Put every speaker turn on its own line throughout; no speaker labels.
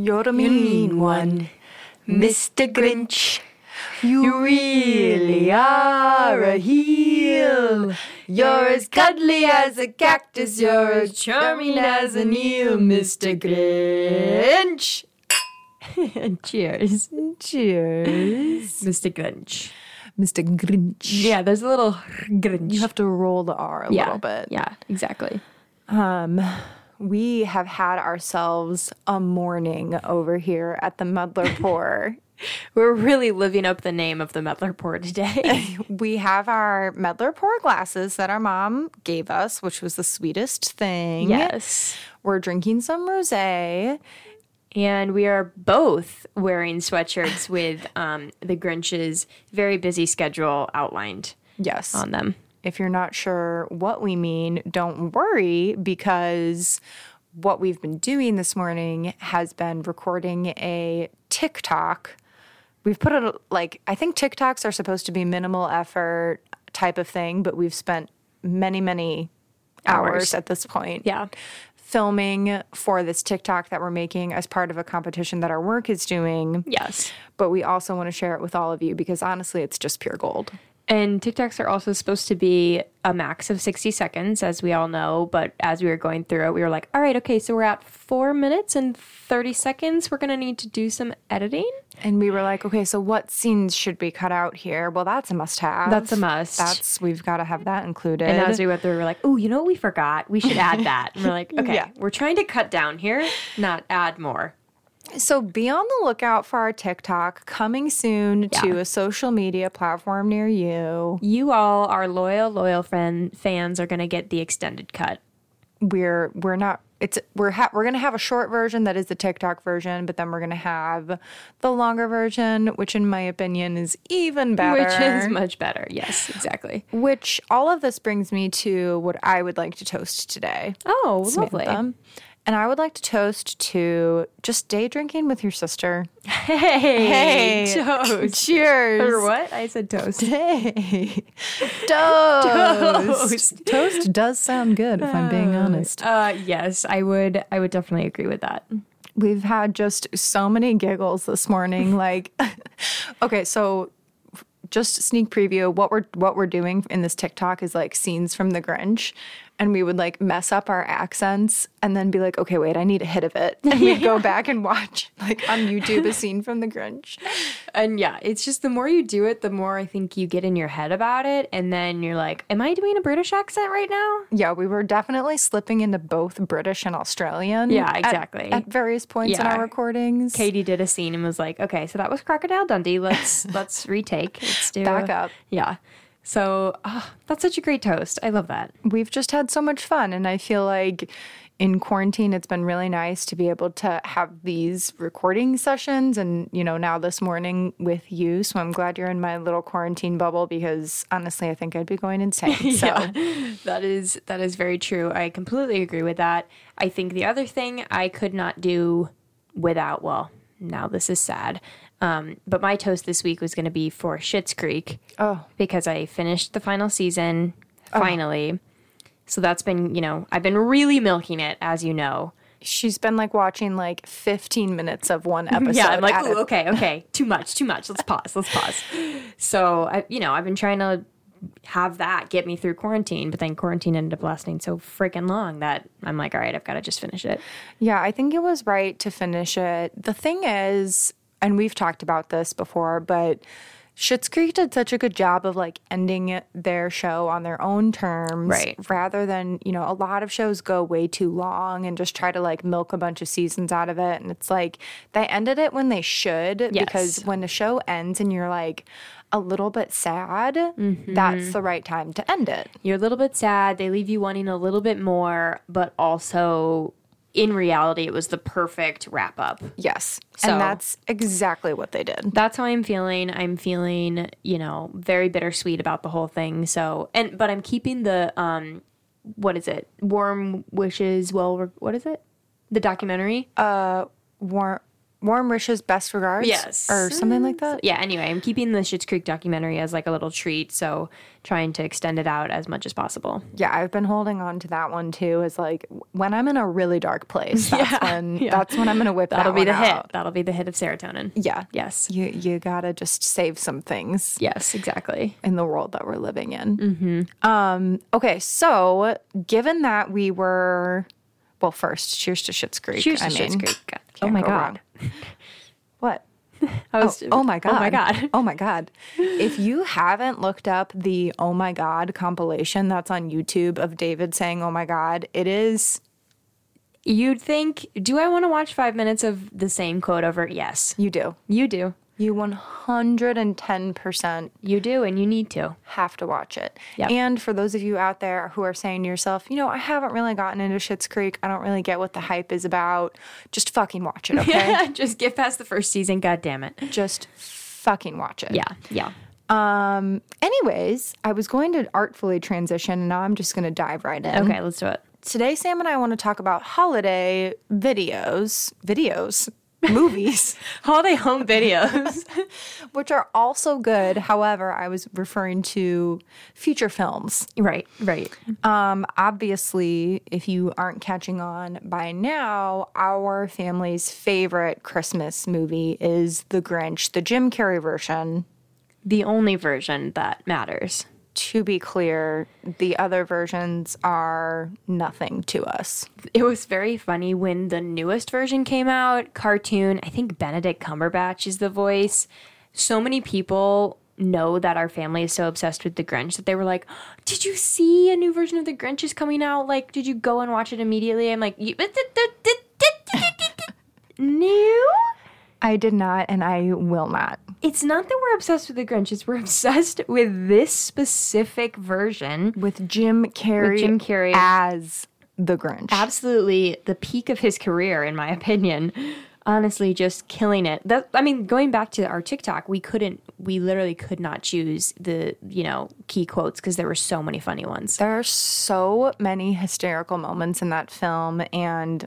You're a mean one, Mr. Grinch. You really are a heel. You're as cuddly as a cactus. You're as charming as an eel, Mr. Grinch.
Cheers.
Cheers.
Mr. Grinch.
Mr. Grinch.
Yeah, there's a little Grinch.
You have to roll the R a
yeah,
little bit.
Yeah, exactly.
Um, we have had ourselves a morning over here at the Muddler Pour.
We're really living up the name of the Medler Pour today.
we have our Medler Pour glasses that our mom gave us, which was the sweetest thing.
yes.
We're drinking some rosé.
And we are both wearing sweatshirts with um, the Grinch's very busy schedule outlined
Yes.
on them.
Um, if you're not sure what we mean, don't worry because what we've been doing this morning has been recording a TikTok. We've put it like, I think TikToks are supposed to be minimal effort type of thing, but we've spent many, many hours,
Hours.
at this point.
Yeah.
Filming for this TikTok that we're making as part of a competition that our work is doing.
Yes.
But we also want to share it with all of you because honestly, it's just pure gold.
And TikToks are also supposed to be a max of 60 seconds, as we all know. But as we were going through it, we were like, all right, okay, so we're at four minutes and 30 seconds. We're going to need to do some editing.
And we were like, okay, so what scenes should we cut out here? Well, that's a must have.
That's a must.
That's we've got to have that included.
and as we went through, we were like, oh, you know what we forgot? We should add that. And we're like, okay,
Yeah.
we're trying to cut down here, not add more.
so be on the lookout for our TikTok coming soon to a social media platform near you.
You all, our loyal, loyal friend fans, are going to get the extended cut.
We're we're not it's we're ha- we're gonna have a short version that is the TikTok version, but then we're gonna have the longer version, which in my opinion is even better.
Which is much better. Yes, exactly.
which all of this brings me to what I would like to toast today.
Oh, lovely.
Samantha. And I would like to toast to just day drinking with your sister.
Hey,
Hey.
toast. Or
Cheers.
what? I said toast.
Hey. Toast. Toast does sound good, if I'm being honest.
Uh, yes, I would. I would definitely agree with that.
We've had just so many giggles this morning. Like, okay, so just sneak preview what we're what we're doing in this TikTok is like scenes from the Grinch and we would like mess up our accents and then be like okay wait I need a hit of it and we'd go back and watch like on YouTube a scene from the Grinch
And yeah, it's just the more you do it, the more I think you get in your head about it, and then you're like, "Am I doing a British accent right now?"
Yeah, we were definitely slipping into both British and Australian.
Yeah,
at-
exactly.
At, various points in
Yeah.
our recordings.
Katie did a scene and was like, "Okay, so that was Crocodile Dundee. Let's let's retake. Let's do
Back up.
Yeah. So ah, that's such a great toast. I love that.
We've just had so much fun, and I feel like in quarantine, it's been really nice to be able to have these recording sessions, and you know, now this morning with you. So I'm glad you're in my little quarantine bubble because honestly, I think I'd be going insane. So
that is that is very true. I completely agree with that. I think the other thing I could not do without well, now this is sad. Um, but my toast this week was going to be for Schitt's Creek.
Oh.
because I finished the final season finally. So that's been you know I've been really milking it as you know.
she's been like watching like 15 minutes of one episode.
Yeah, I'm like,
at a-
Ooh, okay, okay, too much, too much. Let's pause, let's pause. So, I, you know, I've been trying to have that get me through quarantine, but then quarantine ended up lasting so freaking long that I'm like, all right, I've got to just finish it.
Yeah, I think it was right to finish it. The thing is, and we've talked about this before, but Schitt's Creek did such a good job of like ending their show on their own terms,
Right.
Rather than you know, a lot of shows go way too long and just try to like milk a bunch of seasons out of it, and it's like they ended it when they should because
Yes.
when the show ends and you're like a little bit sad,
Mm-hmm.
that's the right time to end it.
You're a little bit sad. They leave you wanting a little bit more, but also in reality, it was the perfect wrap up.
Yes,
So-
and that's exactly what they did.
That's how I'm feeling. I'm feeling, you know, very bittersweet about the whole thing. So, and but I'm keeping the um, what is it?
Uh,
Warm wishes. Well, what is it? The documentary.
War- warm wishes, best regards,
Yes.
or something like that.
Uh, Yeah, anyway, I'm keeping the Schitt's Creek documentary as like a little treat, so trying to extend it out as much as possible.
Yeah, I've been holding on to that one too. Is like when I'm in a really dark place. That's when
yeah.
that's when I'm gonna whip
That'll
that
be the
one out.
hit. That'll be the hit of serotonin.
Yeah.
Yes.
You you gotta just save some things
Yes, exactly.
in the world that we're living in.
Mm-hmm.
Um. Okay. So given that we were, well, first, cheers to Shit's Creek.
Cheers to
I
Schitt's
mean,
Creek. God,
can't
oh my
go
god.
What?
I
Oh, oh my god.
Oh my god.
Oh my god. If you haven't looked up the Oh my god compilation that's on YouTube of David saying Oh my god, it is
You'd think, do I want to watch five minutes of the same quote over? Yes.
you do.
You do.
You 110%
You do, and you need to.
have to watch it.
Yep.
And for those of you out there who are saying to yourself, you know, I haven't really gotten into Shits Creek. I don't really get what the hype is about. Just fucking watch it, okay?
Just get past the first season, god damn it.
Just fucking watch it.
Yeah, yeah.
Um anyways, I was going to artfully transition and now I'm just going to dive right in.
Okay, let's do it.
Today, Sam and I want to talk about holiday videos, videos, movies,
Holiday home videos.
which are also good. However, I was referring to feature films.
right, right.
Um, obviously, if you aren't catching on by now, our family's favorite Christmas movie is The Grinch, the Jim Carrey version.
The only version that matters.
To be clear, the other versions are nothing to us.
It was very funny when the newest version came out, cartoon. I think Benedict Cumberbatch is the voice. So many people know that our family is so obsessed with the Grinch that they were like, "Did you see a new version of the Grinch is coming out? Like, did you go and watch it immediately?" I'm like, "You- "No."
I did not, and I will not.
It's not that we're obsessed with the Grinch, it's we're obsessed with this specific version.
with Jim Carrey,
Jim Carrey.
as the Grinch.
absolutely the peak of his career, in my opinion. Honestly, just killing it. That I mean, going back to our TikTok, we couldn't, we literally could not choose the you know key quotes because there were so many funny ones.
there are so many hysterical moments in that film, and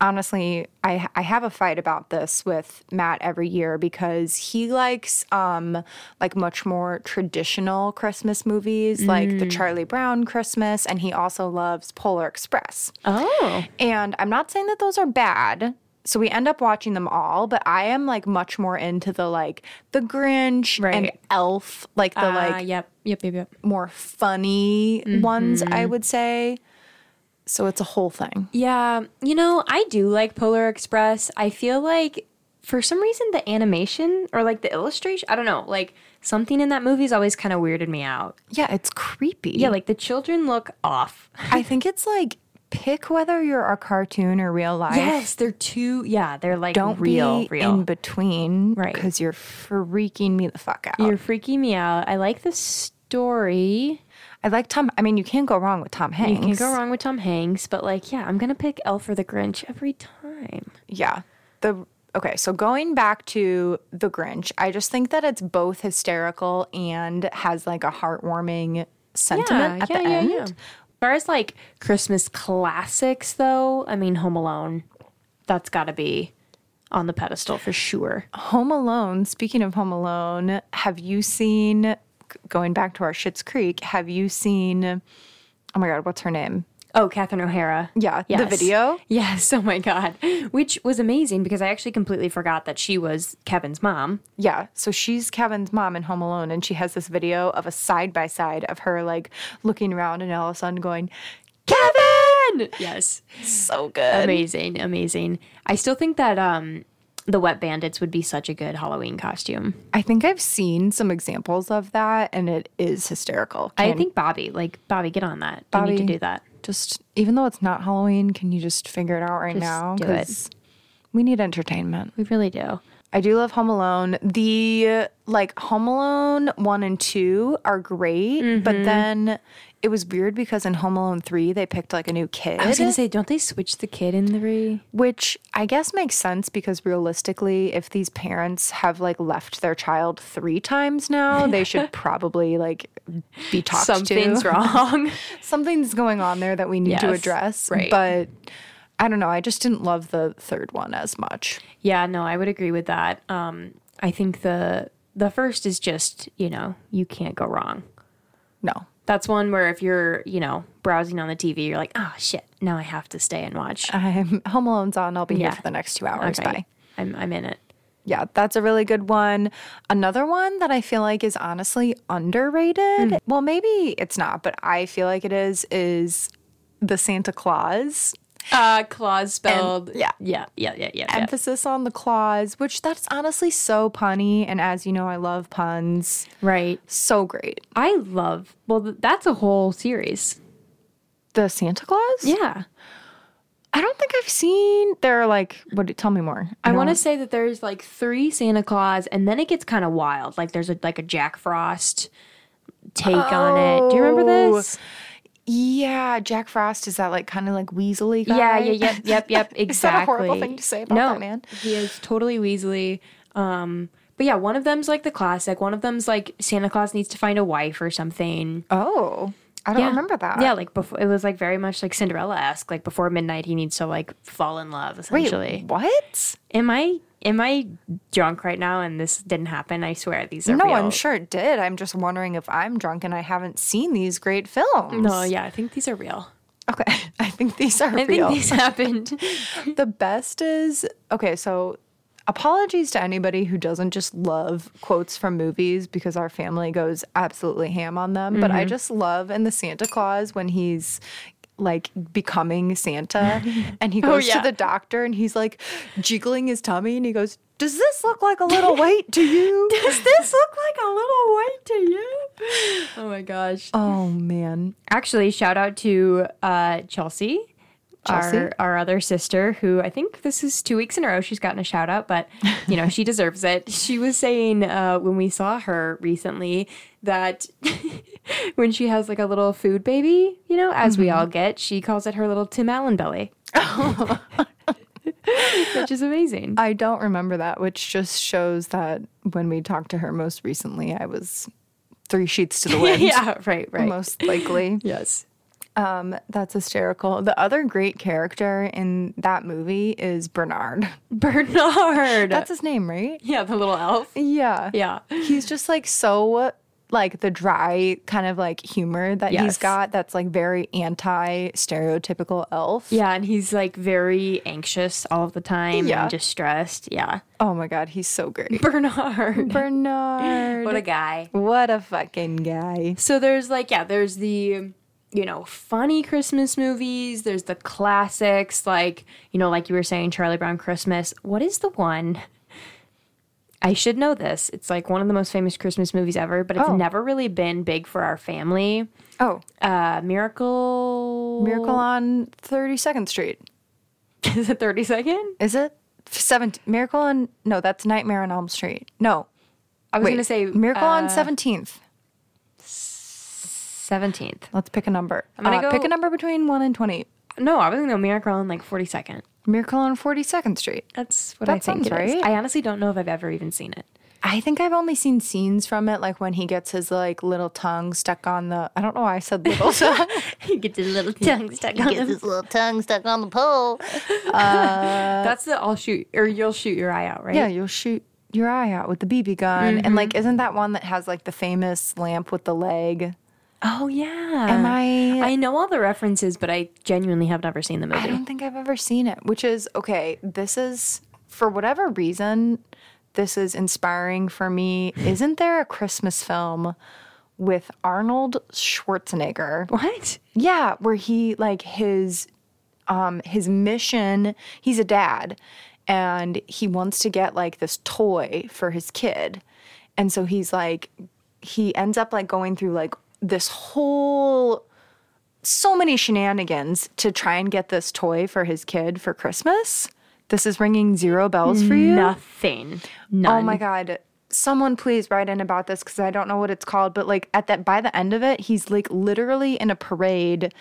honestly, I I have a fight about this with Matt every year because he likes um like much more traditional Christmas movies, like
Mm.
the Charlie Brown Christmas, and he also loves Polar Express.
Oh,
And I'm not saying that those are bad. So we end up watching them all, but I am like much more into the like the Grinch and
Right. Ah,
Elf, like the like
Uh, yep, yep, yep, yep.
more funny
Mm-hmm.
ones, I would say. So it's a whole thing.
Yeah, you know, I do like Polar Express. I feel like for some reason the animation or like the illustration, I don't know, like something in that movie's always kind of weirded me out.
Yeah, it's creepy.
Yeah, like the children look off.
I think it's like pick whether you're a cartoon or real life.
Yes, they're too. Yeah, they're like
Don't
real,
be
real.
in between,
Right.
Because you're freaking me the fuck out.
You're freaking me out. I like the story.
I like Tom. I mean, you can't go wrong with Tom Hanks.
You can go wrong with Tom Hanks, but like, yeah, I'm gonna pick Elf or the Grinch every time.
Yeah. The okay, so going back to The Grinch, I just think that it's both hysterical and has like a heartwarming sentiment at the end.
As far as like Christmas classics, though, I mean, Home Alone, that's got to be on the pedestal for sure.
Home Alone, speaking of Home Alone, have you seen going back to our Shits Creek, have you seen Oh my god, what's her name?
Oh, Catherine O'Hara.
Yeah, the video?
Yes. Oh my God. Which was amazing because I actually completely forgot that she was Kevin's mom.
Yeah. So she's Kevin's mom in Home Alone, and she has this video of a side by side of her like looking around and all of a sudden going, Kevin!
Yes.
So good.
Amazing, amazing. I still think that um the wet bandits would be such a good Halloween costume.
I think I've seen some examples of that, and it is hysterical.
I
Can-
think Bobby, like Bobby, get on that. You need
Bobby,
to do that.
just even though it's not Halloween, can you just figure it out right now?
do it.
'Cause We need entertainment.
We really do.
I do love Home Alone. The like Home Alone one and two are great,
Mm-hmm.
but then it was weird because in Home Alone three they picked like a new kid,
I was gonna say, don't they switch the kid in the re?
which I guess makes sense because realistically, if these parents have like left their child three times now, they should probably like be talked to.
wrong.
something's going on there that we need to
Yes,
address.
right.
But I don't know. I just didn't love the third one as much.
Yeah, no, I would agree with that. Um, I think the the first is just you know you can't go wrong.
No.
That's one where if you're you know browsing on the TV, you're like, oh shit, now I have to stay and watch.
I'm Home Alone's on. I'll be here
Yeah.
for the next two hours. Bye.
I'm I'm in it.
Yeah, that's a really good one. Another one that I feel like is honestly underrated.
Mm-hmm.
Well, maybe it's not, but I feel like it is is the Santa Claus.
Uh, Claus spelled.
yeah.
yeah, yeah, yeah, yeah. yeah.
Emphasis on the claws, which that's honestly so punny. And as you know, I love puns.
Right.
So great.
I love. Well, th- that's a whole series.
The Santa Claus?
Yeah.
I don't think I've seen. They're like, what? Tell me more.
I want to say that there's like three Santa Claus, and then it gets kind of wild. Like there's a, like a Jack Frost take on it. Do you remember
Oh.
this?
Yeah, Jack Frost is that like kind of like weaselly guy?
Yeah, yeah, yep, yep, yep. Exactly.
Is that a horrible thing to say about that man?
He is totally Weasley. Um, but yeah, one of them's like the classic. One of them's like Santa Claus needs to find a wife or something.
Oh, I don't
Yeah.
remember that.
Yeah, like before it was like very much like Cinderella esque. Like before midnight, he needs to like fall in love.
Wait,
Essentially,
what?
am I am I drunk right now? And this didn't happen. I swear these are
No,
real.
I'm sure it did. I'm just wondering if I'm drunk and I haven't seen these great films.
No, yeah, I think these are real.
Okay, I think these are
I
real.
think these happened.
the best is okay, so apologies to anybody who doesn't just love quotes from movies because our family goes absolutely ham on them, but
Mm-hmm.
I just love in the Santa Claus when he's like becoming Santa and he goes
Oh,
to
yeah.
the doctor and he's like jiggling his tummy and he goes, "Does this look like a little weight to you?"
Does this look like a little white to you? Oh my gosh.
oh man.
Actually, shout out to uh, Chelsea,
Chelsea?
Our, our other sister, who I think this is two weeks in a row she's gotten a shout out, but you know she deserves it. She was saying uh, when we saw her recently that when she has like a little food baby, you know, as we all get, she calls it her little Tim Allen belly, which is amazing.
I don't remember that, which just shows that when we talked to her most recently, I was three sheets to the wind,
yeah, right, right.
most likely.
Yes.
Um, that's hysterical. The other great character in that movie is Bernard.
Bernard.
That's his name, right?
yeah, the little elf.
Yeah.
Yeah.
He's just like so like the dry kind of like humor that he's
Yes.
got that's like very anti stereotypical elf.
Yeah, and he's like very anxious all of the time
Yeah.
and just stressed. Yeah.
Oh my god, he's so great.
Bernard.
Bernard.
What a guy.
what a fucking guy.
So there's like, yeah, there's the, you know, funny Christmas movies. There's the classics, like, you know, like you were saying, Charlie Brown Christmas. What is the one? I should know this. It's like one of the most famous Christmas movies ever, but it's
Oh.
never really been big for our family.
Oh,
Uh, Miracle.
Miracle on 32nd Street.
Is it 30 Second?
Is it? 17 Miracle on No, that's Nightmare on Elm Street. No.
I was
wait,
going to say
Miracle on
uh,
17th.
17th.
Let's pick a number. I'm
gonna
pick
go-
a number between 1 and 20.
No, I was gonna go Miracle on like 42nd.
Miracle on 42nd Street.
That's what
That
I think
sounds
it is.
right.
I honestly don't know if I've ever even seen it.
I think I've only seen scenes from it like when he gets his like little tongue stuck on the I don't know why I said little tongue.
you get the little tongue stuck on him.
his little tongue stuck on the pole.
That's the I'll shoot or you'll shoot your eye out, right?
yeah, you'll shoot your eye out with the BB gun. And like isn't that one that has like the famous lamp with the leg?
Oh yeah.
Am I-
I know all the references, but I genuinely have never seen the
I
movie.
don't think I've ever seen it, which is okay. This is, for whatever reason, this is inspiring for me. Isn't there a Christmas film with Arnold Schwarzenegger?
What?
Yeah, where he, like, his. Um, his mission, he's a dad and he wants to get like this toy for his kid. And so he's like, he ends up like going through like this whole so many shenanigans to try and get this toy for his kid for Christmas. This is ringing zero bells for you.
Nothing. None.
Oh my god. Someone please write in about this cuz I don't know what it's called, but like at that by the end of it, he's like literally in a parade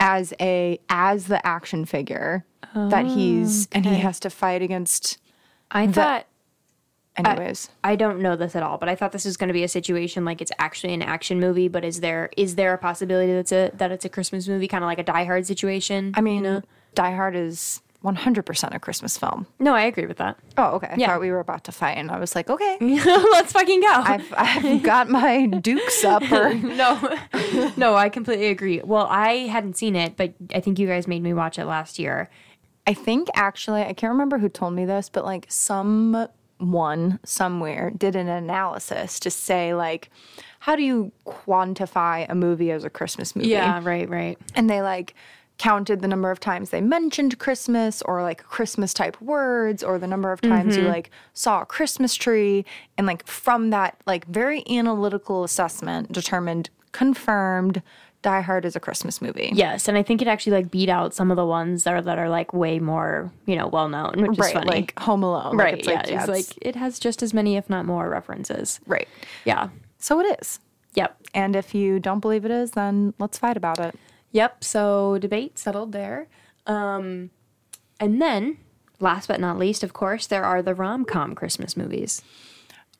as a as the action figure that he's and he has to fight against
I thought
anyways.
I don't know this at all, but I thought this was going to be a situation like it's actually an action movie. But is there is there a possibility that's a that it's a Christmas movie, kind of like a Die Hard situation?
I mean, Die Hard is 100% a Christmas film.
No, I agree with that.
Oh, okay. I
Yeah.
thought we were about to fight, and I was like,
Mm.
okay,
Let's fucking go.
I've, I've got my dukes up. Or,
no, no, I completely agree. Well, I hadn't seen it, but I think you guys made me watch it last year.
I think actually, I can't remember who told me this, but like someone somewhere did an analysis to say, like, how do you quantify a movie as a Christmas movie?
right, right.
and they like counted the number of times they mentioned Christmas or like Christmas type words or the number of times
Mm-hmm.
you like saw a Christmas tree and like from that like very analytical assessment determined confirmed Die Hard is a Christmas movie.
Yes, and I think it actually like beat out some of the ones that are that are like way more you know well known, which is
Right,
funny.
like Home Alone.
right,
like, it's
yeah,
like,
it's,
it's-
like it has just as many, if not more, references.
right.
Yeah.
So it is.
Yep.
And if you don't believe it is, then let's fight about it.
Yep. So debate settled there. Um, and then, last but not least, of course, there are the rom com Christmas movies.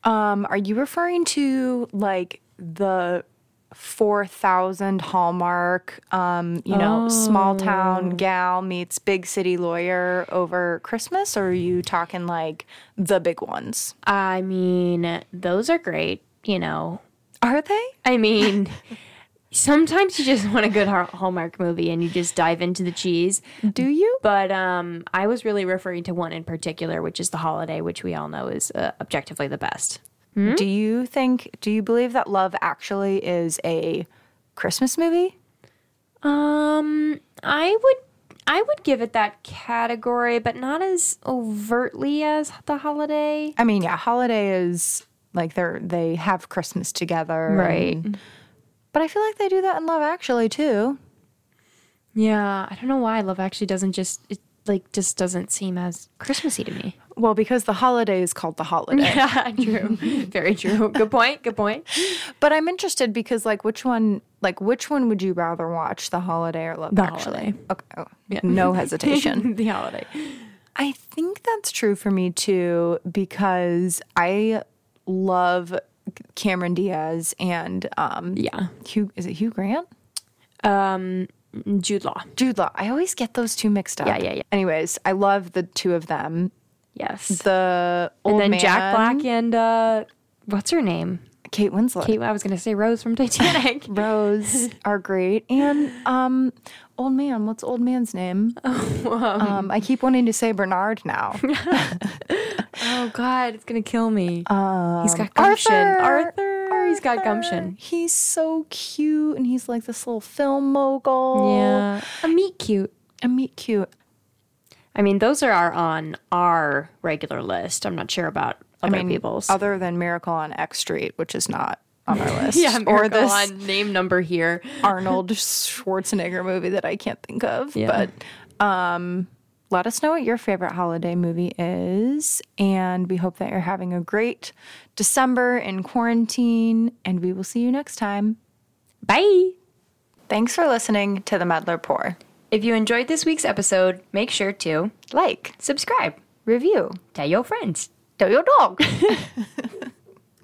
Um, are you referring to like the four thousand Hallmark, um, you know, small town gal meets big city lawyer over Christmas, or are you talking like the big ones?
I mean, those are great. You know,
Are they?
I mean, sometimes you just want a good Har- Hallmark movie and you just dive into the cheese.
Do you?
But um, I was really referring to one in particular, which is The Holiday, which we all know is uh, objectively the best.
Do you think? Do you believe that Love Actually is a Christmas movie?
Um, I would. I would give it that category, but not as overtly as the holiday.
I mean, yeah, Holiday is like they're they have Christmas together,
Right.
and- but I feel like they do that in Love Actually too.
Yeah, I don't know why Love Actually doesn't just it like just doesn't seem as Christmassy to me.
Well, because the holiday is called the holiday.
Yeah, true. Very true. Good point. Good point.
But I'm interested because like which one like which one would you rather watch, The Holiday or Love
The
Actually?
Holiday.
Okay. oh, No hesitation.
the holiday.
I think that's true for me too because I love Cameron Diaz and um
Yeah.
Hugh is it Hugh Grant?
Um Jude Law.
Jude Law. I always get those two mixed up.
Yeah, yeah, yeah.
Anyways, I love the two of them.
Yes.
The old
and then
man,
Jack Black and uh what's her name?
Kate Winslet.
Kate I was gonna say Rose from Titanic.
Rose are great. And um old man, what's old man's name? um, I keep wanting to say Bernard now.
oh god, it's gonna kill me. he's got gumption.
Arthur.
Um, Arthur. Oh, He's got
Arthur.
gumption.
He's so cute and he's like this little film mogul.
Yeah. A meat cute.
A meet cute.
I mean, those are our, on our regular list. I'm not sure about other people's.
Other than Miracle on X Street, which is not on our list.
yeah,
or this
name number here.
Arnold Schwarzenegger movie that I can't think of.
Yeah.
But um, let us know what your favorite holiday movie is. And we hope that you're having a great December in quarantine. And we will see you next time.
Bye.
Thanks for listening to The Meddler Poor.
If you enjoyed this week's episode, make sure to
Like,
subscribe,
review,
tell your friends.
tell your dog.